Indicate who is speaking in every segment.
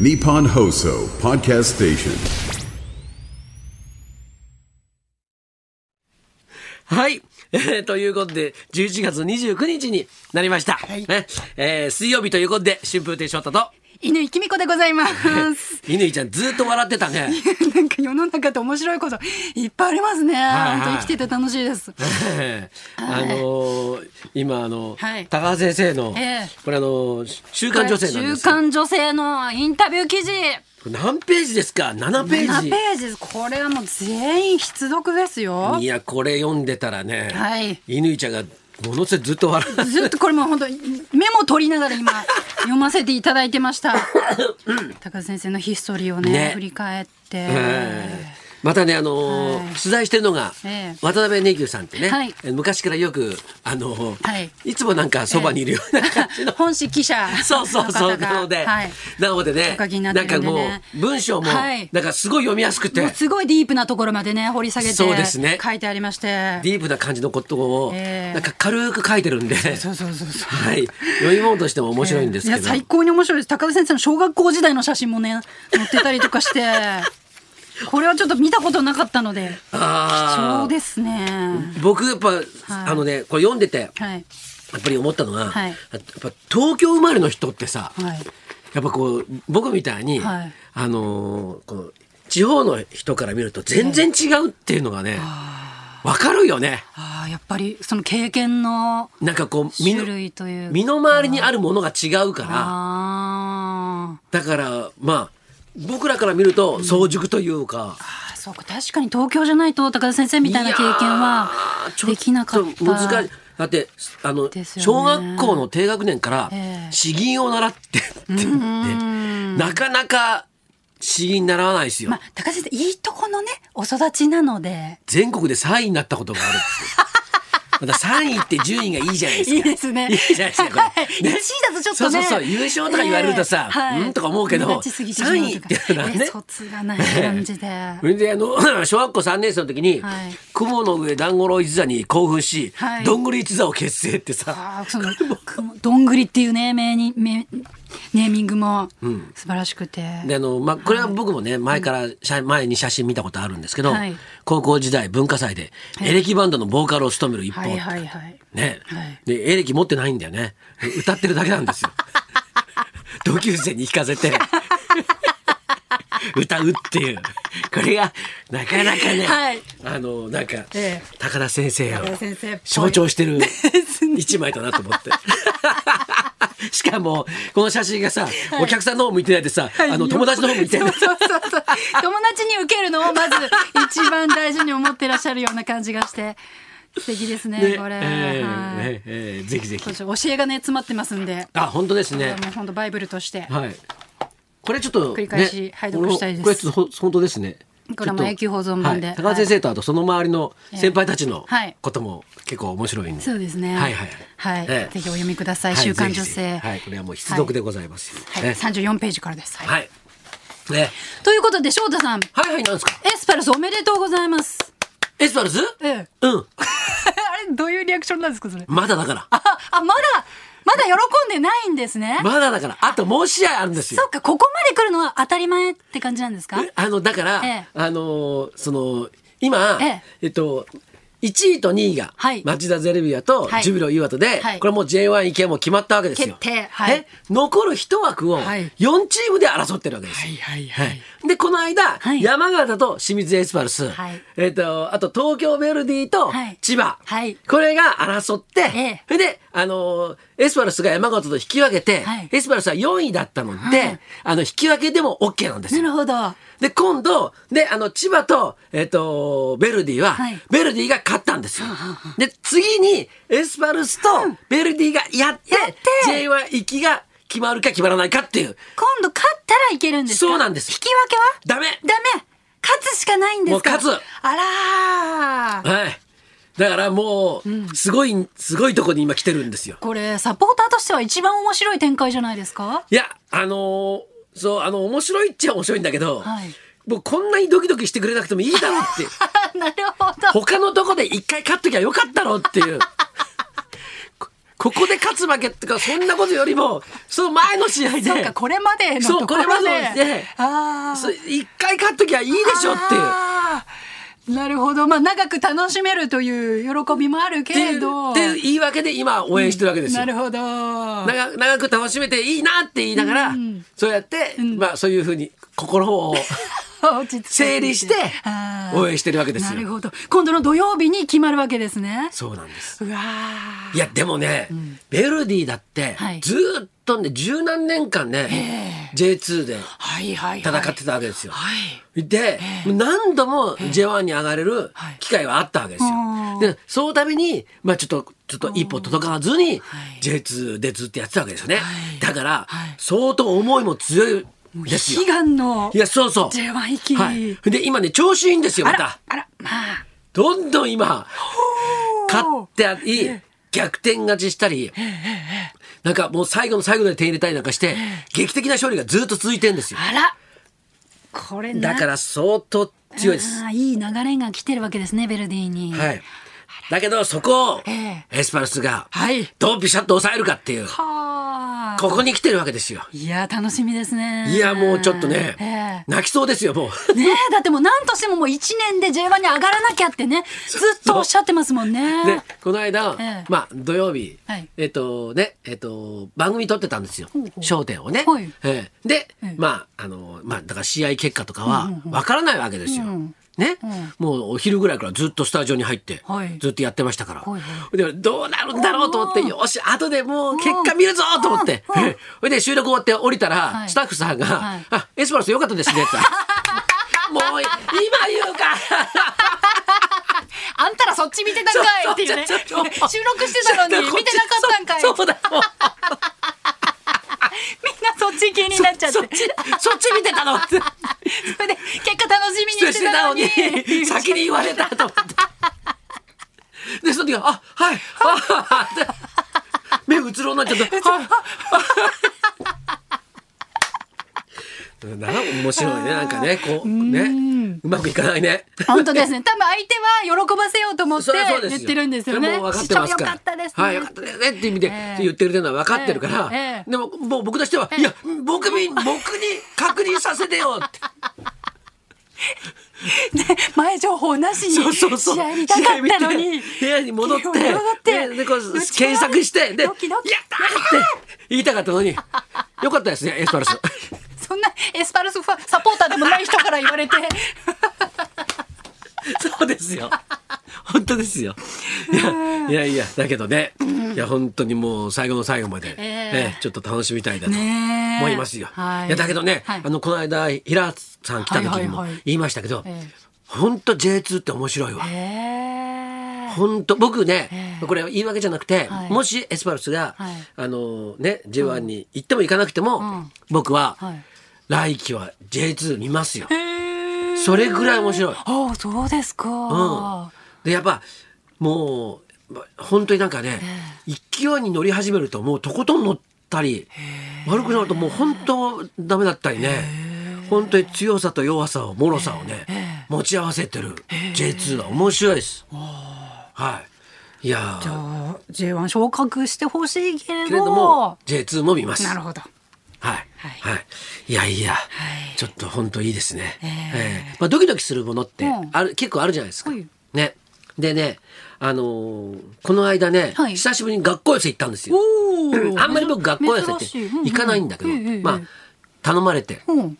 Speaker 1: Nippon Hoso Podcast Station.
Speaker 2: はい。 えーということで、11月29日になりました。
Speaker 3: い
Speaker 2: ねえー水曜日ということで、春風亭昇太と、
Speaker 3: 犬きみこでございます。
Speaker 2: 乾ちゃんずっと笑ってたね。
Speaker 3: なんか世の中って面白いこといっぱいありますね。
Speaker 2: はいはい
Speaker 3: 本当生きてて楽しいです。
Speaker 2: ええ あのー今あの、
Speaker 3: はい
Speaker 2: 高橋先生の、
Speaker 3: ええ
Speaker 2: これあのー週刊女性なんですけど
Speaker 3: 週刊女性のインタビュー記事。
Speaker 2: これ何ページですか7ペー
Speaker 3: 7
Speaker 2: ジ
Speaker 3: ページです。これはもう全員必読ですよ
Speaker 2: い。やこれ読んでたらね、
Speaker 3: はい
Speaker 2: 乾ちゃんがものすごいずっと笑う
Speaker 3: ずっとこれもう本当にメモ取りながら今 読ませていただいてました。高田先生のヒストリーをね
Speaker 2: ね
Speaker 3: 振り返って。
Speaker 2: ええまたね、あのー
Speaker 3: はい
Speaker 2: 取材してるのが、
Speaker 3: ええ
Speaker 2: 渡辺根牛さんってね、
Speaker 3: はい
Speaker 2: え昔からよく、あのー
Speaker 3: はい
Speaker 2: い、つもなんかそばにいるような感じの、
Speaker 3: 本誌記者
Speaker 2: そうそうそう
Speaker 3: の方が
Speaker 2: なので、
Speaker 3: はい
Speaker 2: なので
Speaker 3: お
Speaker 2: ね
Speaker 3: 書きになって
Speaker 2: なん
Speaker 3: る
Speaker 2: か
Speaker 3: んで
Speaker 2: も
Speaker 3: ね
Speaker 2: う文章も、
Speaker 3: はい
Speaker 2: なんかすごい読みやすくて
Speaker 3: もうすごいディープなところまでね掘り下げて
Speaker 2: そうですね
Speaker 3: 書いてありまして
Speaker 2: ディープな感じのことを、
Speaker 3: ええ
Speaker 2: なんか軽く書いてるんで、
Speaker 3: そうそうそうそう
Speaker 2: はい、読み物としても面白いんですけど、
Speaker 3: いや最高に面白いです高田先生の小学校時代の写真もね載ってたりとかして これはちょっと見たことなかったので貴
Speaker 2: あ
Speaker 3: 重
Speaker 2: ー
Speaker 3: ですね
Speaker 2: 僕やっぱ、あのねこれ読んでてや
Speaker 3: はい
Speaker 2: っぱり思ったのが、
Speaker 3: はい
Speaker 2: やっぱ東京生まれの人ってさ、
Speaker 3: はい
Speaker 2: やっぱこう僕みたいに、
Speaker 3: はい
Speaker 2: あのーこの地方の人から見ると全然違うっていうのがね、わかるよね。
Speaker 3: あーやっぱりその経験の
Speaker 2: なんかこう身
Speaker 3: 種
Speaker 2: の
Speaker 3: 類という
Speaker 2: 身の回りにあるものが違うから、
Speaker 3: あー
Speaker 2: だからまあ僕らから見ると早熟というか、
Speaker 3: あそうか確かに東京じゃないと高田先生みたいな経験はい
Speaker 2: やーちょっと
Speaker 3: できなかった
Speaker 2: 難しい。だってあの、
Speaker 3: ですよ
Speaker 2: 小学
Speaker 3: ね
Speaker 2: 校の低学年から
Speaker 3: ええ
Speaker 2: 詩吟を習ってって言って、なかなか詩吟習わないですよ。
Speaker 3: まあ、高瀬さん、いいとこのね、お育ちなので。
Speaker 2: 全国で3位になったことがある って。また3位って順位がいいじゃないですか。
Speaker 3: いいですね。
Speaker 2: いいじゃないですかこれ
Speaker 3: はい
Speaker 2: ね
Speaker 3: 1位だとちょっ
Speaker 2: そ
Speaker 3: とね。
Speaker 2: うそうそう優勝とか言われるとさうんとか思うけど
Speaker 3: 目立ちすぎてしまうとか
Speaker 2: 三位っていうのはね
Speaker 3: え卒がない 感じで。
Speaker 2: それであの 小学校3年生の時に、
Speaker 3: はい
Speaker 2: 雲の上団子の一座に興奮し、
Speaker 3: はい
Speaker 2: どんぐり一座を結成ってさ
Speaker 3: ああ、その、雲どんぐりっていうね、名に、名ネーミングも素晴らしくて。
Speaker 2: であの、まあ、これは僕もね、前から写前に写真見たことあるんですけど、
Speaker 3: はい
Speaker 2: 高校時代文化祭でエレキバンドのボーカルを務める一方、
Speaker 3: はいはいはい。
Speaker 2: ね、
Speaker 3: はい
Speaker 2: でエレキ持ってないんだよね歌ってるだけなん ですよ同級生に聞かせて歌うっていうこれがなかなかね、
Speaker 3: はい
Speaker 2: あのなんか、
Speaker 3: ええ
Speaker 2: 高田先生を
Speaker 3: 高田先生っぽい
Speaker 2: 象徴して る
Speaker 3: すね
Speaker 2: 一枚だなと 思って。しかもこの写真がさ、お客さんの方向いてないでさ、あの友達の方向いて
Speaker 3: そ
Speaker 2: な
Speaker 3: う
Speaker 2: い
Speaker 3: そうそうそう。友達に受けるのをまず一番大事に思ってらっしゃるような感じがして、素敵ですね、
Speaker 2: ね
Speaker 3: これ。
Speaker 2: ええ
Speaker 3: はい
Speaker 2: えええぜひぜひ
Speaker 3: そうです教えがね詰まってますんで、
Speaker 2: あ本当ですね
Speaker 3: もう本当バイブルとして、
Speaker 2: はい。これちょっと、ね、
Speaker 3: 繰り返し拝読したいです
Speaker 2: これちょっとほ本当ですね。
Speaker 3: こ
Speaker 2: ち
Speaker 3: れも
Speaker 2: ょっと
Speaker 3: 永久保存版で
Speaker 2: はい高田先生とあとその周りの先輩たちの
Speaker 3: はい
Speaker 2: ことも結構面白いんで。
Speaker 3: そうですね
Speaker 2: はいはい
Speaker 3: はい
Speaker 2: ええ
Speaker 3: ぜひお読みください
Speaker 2: は
Speaker 3: 週刊
Speaker 2: ぜひぜひ
Speaker 3: 女性
Speaker 2: はい、これはもう必読でございますよ。
Speaker 3: は
Speaker 2: ね
Speaker 3: い、三十四ページからです。はい
Speaker 2: はい。ね、
Speaker 3: ということで翔太さん、
Speaker 2: はいはいなんですか。
Speaker 3: エスパルスおめでとうございます。
Speaker 2: エスパルス？
Speaker 3: ええ、
Speaker 2: うん。
Speaker 3: あれどういうリアクションなんですかそれ？
Speaker 2: まだだから。
Speaker 3: あ、あまだまだ喜んでないんですね。
Speaker 2: まだだから。あともう試合あるんですよ
Speaker 3: そ。っかここまで来るのは当たり前って感じなんですか？
Speaker 2: えあのだから、
Speaker 3: ええ
Speaker 2: あのーその今、
Speaker 3: え
Speaker 2: え
Speaker 3: え
Speaker 2: っと1位と2位が、
Speaker 3: はい
Speaker 2: 町田ゼルビアと
Speaker 3: はい
Speaker 2: ジュビロ岩手で、
Speaker 3: はい
Speaker 2: これもう J1 行けもう決まったわけですよ。
Speaker 3: 決定はい
Speaker 2: え残る1枠を
Speaker 3: はい
Speaker 2: 4チームで争ってるわけですよ。
Speaker 3: はいはい。
Speaker 2: でこの間、
Speaker 3: はい
Speaker 2: 山形と清水エスパルス、
Speaker 3: はい
Speaker 2: えっとあと東京ヴェルディと
Speaker 3: はい
Speaker 2: 千葉、
Speaker 3: はい
Speaker 2: これが争って、
Speaker 3: ええ
Speaker 2: それで、あのーエスパルスが山形と引き分けて、
Speaker 3: はい
Speaker 2: エスパルスは4位だったので、
Speaker 3: はい
Speaker 2: あの引き分けでも OK なんですよ
Speaker 3: な。るほど。
Speaker 2: で、今度、で、あの、千葉と、えっ、と、ベルディは、
Speaker 3: はい
Speaker 2: ベルディが勝ったんですよ。で、次に、エスパルスとベルディがやって、
Speaker 3: やって
Speaker 2: J1 行きが決まるか決まらないかっていう。
Speaker 3: 今度勝ったらいけるんですか？
Speaker 2: そうなんです
Speaker 3: 引き分けは？
Speaker 2: ダメ
Speaker 3: ダメ勝つしかないんですか
Speaker 2: もう勝つ
Speaker 3: あらー
Speaker 2: はい。だからもう、すごい、すごいとこに今来てるんですよ。
Speaker 3: これサポーターとしては一番面白い展開じゃないですか
Speaker 2: いや、あのーそう、あの、面白いっちゃ面白いんだけど、
Speaker 3: はい
Speaker 2: もうこんなにドキドキしてくれなくてもいいだろうって。
Speaker 3: なるほど
Speaker 2: 他のとこで一回勝っときゃよかったろっていう。こここで勝つ負けってか、そんなことよりも、その前の試合で。
Speaker 3: そうかこれまでの
Speaker 2: そう、
Speaker 3: と
Speaker 2: こ
Speaker 3: こ
Speaker 2: れま
Speaker 3: ろ
Speaker 2: で
Speaker 3: で
Speaker 2: で。
Speaker 3: あー
Speaker 2: そう一回勝っときゃいいでしょっていう。
Speaker 3: あーなるほどまあ長く楽しめるという喜びもあるけれど
Speaker 2: っていうっていう言い訳で今応援してるわけですよ。
Speaker 3: なるほど
Speaker 2: 長く長く楽しめていいなって言いながら、そうやって、まあそういうふうに心 を
Speaker 3: 落ち着いて
Speaker 2: 整理して
Speaker 3: あー
Speaker 2: 応援してるわけですよ
Speaker 3: なるほど今度の土曜日に決まるわけですね
Speaker 2: そうなんです
Speaker 3: うわー
Speaker 2: いやでもね、ベルディだって、
Speaker 3: はい
Speaker 2: ずーっとね十何年間ね J2 で
Speaker 3: はいはい
Speaker 2: 戦ってたわけですよ。
Speaker 3: はい
Speaker 2: で、何度も J1 に上がれる
Speaker 3: はい
Speaker 2: 機会はあったわけです
Speaker 3: うん
Speaker 2: よ。で、そのために、まあちょっと、ちょっと一歩届かずに
Speaker 3: はい
Speaker 2: J2 でずっとやってたわけですよね
Speaker 3: は。い
Speaker 2: だから
Speaker 3: はい、
Speaker 2: 相当思いも強いですよ
Speaker 3: 悲。願の
Speaker 2: いや、そうそう。
Speaker 3: J1 行き
Speaker 2: はい。で、今ね、調子いいんですよ、
Speaker 3: あ
Speaker 2: ま
Speaker 3: ら
Speaker 2: た。
Speaker 3: あらまあ
Speaker 2: どんどん今、勝
Speaker 3: おー
Speaker 2: ってあり、逆転勝ちしたり、なんかもう最後の最後で手入れたりなんかして、劇的な勝利がずっと続いてるんですよ。
Speaker 3: あらこれな
Speaker 2: だから相当強いです。
Speaker 3: あーいい流れが来てるわけですねベルディに
Speaker 2: はい。だけどそこを
Speaker 3: え
Speaker 2: エスパルスが
Speaker 3: はい
Speaker 2: ドンピシャッと抑えるかっていう、
Speaker 3: は
Speaker 2: ここに来てるわけですよ。
Speaker 3: ーいやー楽しみですね
Speaker 2: いや、もうちょっと
Speaker 3: え
Speaker 2: ね
Speaker 3: え、
Speaker 2: 泣きそうですよ、もう。
Speaker 3: ねえだってもう何としてももう1年で J1 に上がらなきゃってねずっとおっしゃってますもん
Speaker 2: で
Speaker 3: ね。、
Speaker 2: この間
Speaker 3: ええ、
Speaker 2: まあ、土曜日
Speaker 3: はい、
Speaker 2: えっとね、えっと、番組撮ってたんですよ
Speaker 3: ほうほ。う
Speaker 2: 焦点をね
Speaker 3: はい。
Speaker 2: ええで
Speaker 3: え、
Speaker 2: まあ、あの、まあ、だから試合結果とかは、わからないわけですよ
Speaker 3: うん。
Speaker 2: ね
Speaker 3: うん。
Speaker 2: もうお昼ぐらいからずっとスタジオに入って
Speaker 3: はい、
Speaker 2: ずっとやってましたか
Speaker 3: はいは
Speaker 2: ら。で、どうなるんだろうと思って、
Speaker 3: うん
Speaker 2: よし、後でもう結果見るぞと思って。
Speaker 3: うんうん
Speaker 2: ええそれで、収録終わって降りた
Speaker 3: は
Speaker 2: ら、
Speaker 3: い
Speaker 2: スタッフさん
Speaker 3: は
Speaker 2: が
Speaker 3: い、
Speaker 2: あ、エスパルス良かったです ねって。もう、今言うか
Speaker 3: あんたらそっち見てたんかいっていうね
Speaker 2: ちょ
Speaker 3: 収
Speaker 2: っとちょっと
Speaker 3: 録してたのに
Speaker 2: ちょっとこ
Speaker 3: 見
Speaker 2: ち
Speaker 3: てなかったんかいみん
Speaker 2: そ
Speaker 3: な
Speaker 2: うそうだもう
Speaker 3: そっち気になっちゃって
Speaker 2: そっちそっち見てたのって
Speaker 3: それで結果楽しみに
Speaker 2: して
Speaker 3: して
Speaker 2: た
Speaker 3: た
Speaker 2: の
Speaker 3: のに
Speaker 2: に先に言われたと思ってでその時はあはいあって目うつろになっちゃったはいあな面白いねなんかねこうねうまくいかないね
Speaker 3: 本当ですね多分相手は喜ばせようと思って
Speaker 2: そりゃそうです
Speaker 3: 言
Speaker 2: よ
Speaker 3: ってるんですよね
Speaker 2: それもう分かってますから
Speaker 3: 市長よかったですね
Speaker 2: はい、よかったですねって意味で、
Speaker 3: ええ
Speaker 2: 言ってるっていうのは分かってるから、
Speaker 3: ええええ
Speaker 2: でももう僕としては、いや僕に僕に確認させてよって
Speaker 3: 前情報なしに
Speaker 2: そうそうそう
Speaker 3: 試合見たかったの
Speaker 2: 試合
Speaker 3: に
Speaker 2: 見て部屋に戻って
Speaker 3: 部屋に戻って
Speaker 2: ででこう
Speaker 3: うちは
Speaker 2: 検索してで
Speaker 3: ドキドキ
Speaker 2: やったーって言いたかったのによかったですねエスパルス。
Speaker 3: そんなエスパルスファンサポーターでもない人から言われ て
Speaker 2: そうですよ。本当ですよ。いや、いやいや、だけどね、いや、本当にもう最後の最後まで、
Speaker 3: え
Speaker 2: ええちょっと楽しみたいだと
Speaker 3: ねえ
Speaker 2: 思いますよ。
Speaker 3: はい
Speaker 2: いや、だけどね、
Speaker 3: はい
Speaker 2: あの、この間、平さん来た時にも
Speaker 3: はいはいはい
Speaker 2: 言いましたけど
Speaker 3: ええ、
Speaker 2: 本当 J2 って面白いわ。
Speaker 3: ええ
Speaker 2: 本当僕ね
Speaker 3: え、え
Speaker 2: これは言い訳じゃなくて、
Speaker 3: はい
Speaker 2: もしエスパルスが、
Speaker 3: はい
Speaker 2: あのね J1 に行っても行かなくても、
Speaker 3: ん
Speaker 2: 僕は、
Speaker 3: はい
Speaker 2: 来季は J2 見ますよ。
Speaker 3: へー
Speaker 2: それぐらい面白い
Speaker 3: ああそうです
Speaker 2: う
Speaker 3: か、
Speaker 2: ん、でやっぱもうま本当になんかね、勢いに乗り始めるともうとことん乗ったり悪くなるともう本当ダメだったりね本当に強さと弱さをもろさをね持ち合わせてる J2 は面白いです。はい、いやー
Speaker 3: じゃあ J1 昇格してほしいけれど
Speaker 2: けれども J2 も見ます。
Speaker 3: なるほど
Speaker 2: はい。
Speaker 3: はい
Speaker 2: はい。いやいや、
Speaker 3: はい
Speaker 2: ちょっと本当いいですね。
Speaker 3: え
Speaker 2: ええまあドキドキするものって
Speaker 3: うん
Speaker 2: ある結構あるじゃないですか
Speaker 3: はい。
Speaker 2: ね。でね、あのーこの間ね、
Speaker 3: はい
Speaker 2: 久しぶりに学校寄せ行ったんですよ。
Speaker 3: お ー
Speaker 2: あんまり僕学校寄せって
Speaker 3: 珍しいうんうん
Speaker 2: 行かないんだけど、
Speaker 3: ええええ
Speaker 2: まあ頼まれて、
Speaker 3: うん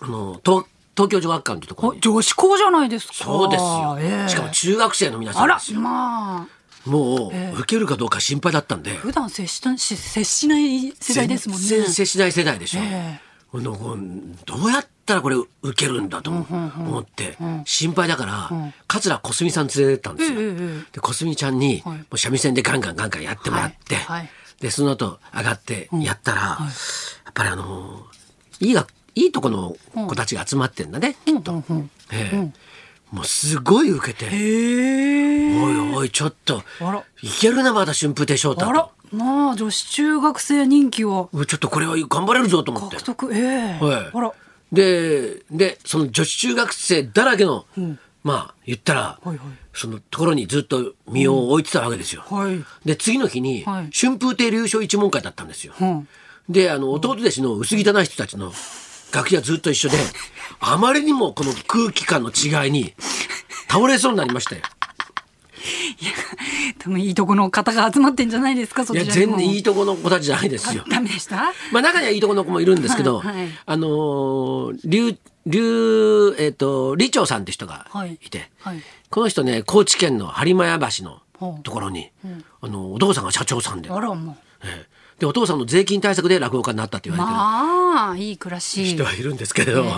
Speaker 2: あのー東東京女学館ってところ
Speaker 3: あ
Speaker 2: に。
Speaker 3: 女子校じゃないですか
Speaker 2: そうですよ、
Speaker 3: ええ
Speaker 2: しかも中学生の皆さ
Speaker 3: あ
Speaker 2: ん
Speaker 3: ら
Speaker 2: ですよ。
Speaker 3: まあ
Speaker 2: もう、受けるかどうか心配だったんで。
Speaker 3: 普段接したし接しない世代ですもんね
Speaker 2: 全然接しない世代でしょ、
Speaker 3: ええ
Speaker 2: ほんでこうどうやったらこれ受けるんだと思思って心配だから、桂小澄さん連れてったんですよ、
Speaker 3: えええ
Speaker 2: で小澄ちゃんに
Speaker 3: はい
Speaker 2: もう三味線でガンガンガンガンやってもらって、
Speaker 3: はいはい
Speaker 2: でその後上がってやったら、やっぱりあのーいいがいいとこの子たちが集まってんだね、きっと、ええもうすごい受けて、
Speaker 3: へえ
Speaker 2: おいおいちょっと
Speaker 3: あら
Speaker 2: いけるなまだ春風亭昇太
Speaker 3: あら
Speaker 2: と
Speaker 3: まあ女子中学生人気を
Speaker 2: おいちょっとこれは頑張れるぞと思って
Speaker 3: 獲得ええ
Speaker 2: はい、
Speaker 3: あら
Speaker 2: ででその女子中学生だらけのまあ言ったら、
Speaker 3: はいはい
Speaker 2: そのところにずっと身を置いてたわけですよ。
Speaker 3: はい
Speaker 2: で次の日に
Speaker 3: はい
Speaker 2: 春風亭流勝一門会だったんですよ。
Speaker 3: うん
Speaker 2: であの弟弟子の薄汚い人たちの楽屋ずっと一緒であまりにもこの空気感の違いに倒れそうになりま したよ。
Speaker 3: 多分いいとこの方が集まってんじゃないですかそ
Speaker 2: いや
Speaker 3: ちらに
Speaker 2: 全
Speaker 3: も
Speaker 2: 然いいとこの子たちじゃないですよ。
Speaker 3: ダメでした
Speaker 2: まあ中にはいいとこの子もいるんですけど、
Speaker 3: はいはい
Speaker 2: あのー、竜、竜、えっ、と、李長さんって人が
Speaker 3: はい
Speaker 2: いて、
Speaker 3: はい
Speaker 2: この人ね、高知県の播磨屋橋の
Speaker 3: ほう
Speaker 2: ところに、あの、お父さんが社長さんで、
Speaker 3: あらも
Speaker 2: ええで、お父さんの税金対策で落語家になったって
Speaker 3: う
Speaker 2: 言われてる。
Speaker 3: まあいい暮らし
Speaker 2: 人はいるんですけれど、
Speaker 3: ええ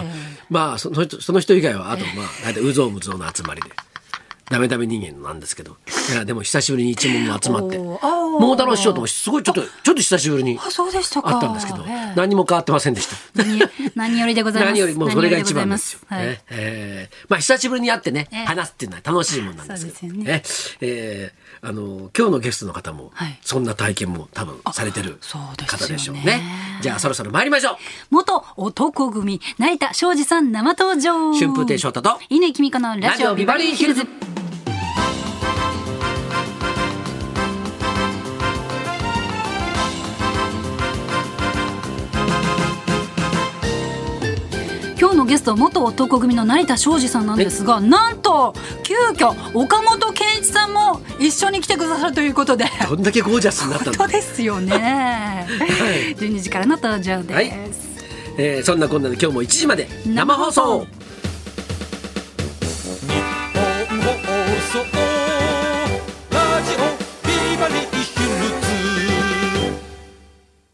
Speaker 2: まあその人その人以外はあとまあ大体うぞうむぞうの集まりでダメダメ人間なんですけどいやでも久しぶりに一門も集まって
Speaker 3: おーあー
Speaker 2: 桃太郎師匠ともすごいちょっとちょっと久しぶりに
Speaker 3: あそうでしたか
Speaker 2: あったんですけど
Speaker 3: ええ
Speaker 2: 何も変わってませんでした。
Speaker 3: 何よ何よりでございま す
Speaker 2: 何よりもうそれが一番
Speaker 3: 何よりございま
Speaker 2: ですよ。
Speaker 3: はい
Speaker 2: ねえーまあ久しぶりに会ってね、
Speaker 3: ええ
Speaker 2: 話すっていうのは楽しいもんなんですけど
Speaker 3: そうですよね
Speaker 2: ねえーあの今日のゲストの方も、
Speaker 3: はい
Speaker 2: そんな体験も多分されてる
Speaker 3: そうですよね
Speaker 2: 方でしょうね。じゃあそろそろ参りましょう。
Speaker 3: 元男組成田庄司さん生登場
Speaker 2: 春風亭昇太 と
Speaker 3: 乾きみこのラジオビバリーヒルズ今日のゲストは元男組の成田庄司さんなんですがなんと急遽岡本健一さんも一緒に来てくださるということ で
Speaker 2: どんだけゴージャスになった
Speaker 3: 本
Speaker 2: ん
Speaker 3: 当
Speaker 2: だ。
Speaker 3: ですよね、
Speaker 2: い
Speaker 3: 12時からの登場です、
Speaker 2: はいえーそんなこんなで今日も1時まで生
Speaker 3: 生
Speaker 2: 放送
Speaker 3: 放送。
Speaker 4: 放送